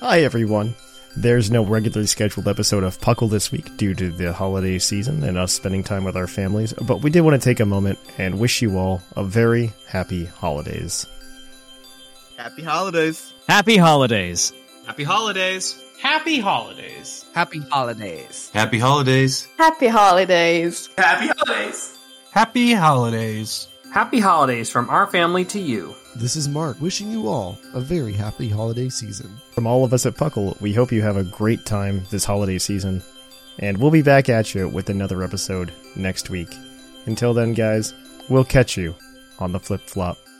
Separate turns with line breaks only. Hi, everyone. There's no regularly scheduled episode of Puckle this week due to the holiday season and us spending time with our families, but we did want to take a moment and wish you all a very happy holidays.
Happy holidays.
Happy holidays.
Happy holidays.
Happy holidays.
Happy holidays.
Happy holidays.
Happy holidays.
Happy holidays.
Happy holidays.
Happy holidays from our family to you.
This is Mark wishing you all a very happy holiday season.
From all of us at Puckle, we hope you have a great time this holiday season. And we'll be back at you with another episode next week. Until then, guys, we'll catch you on the flip flop.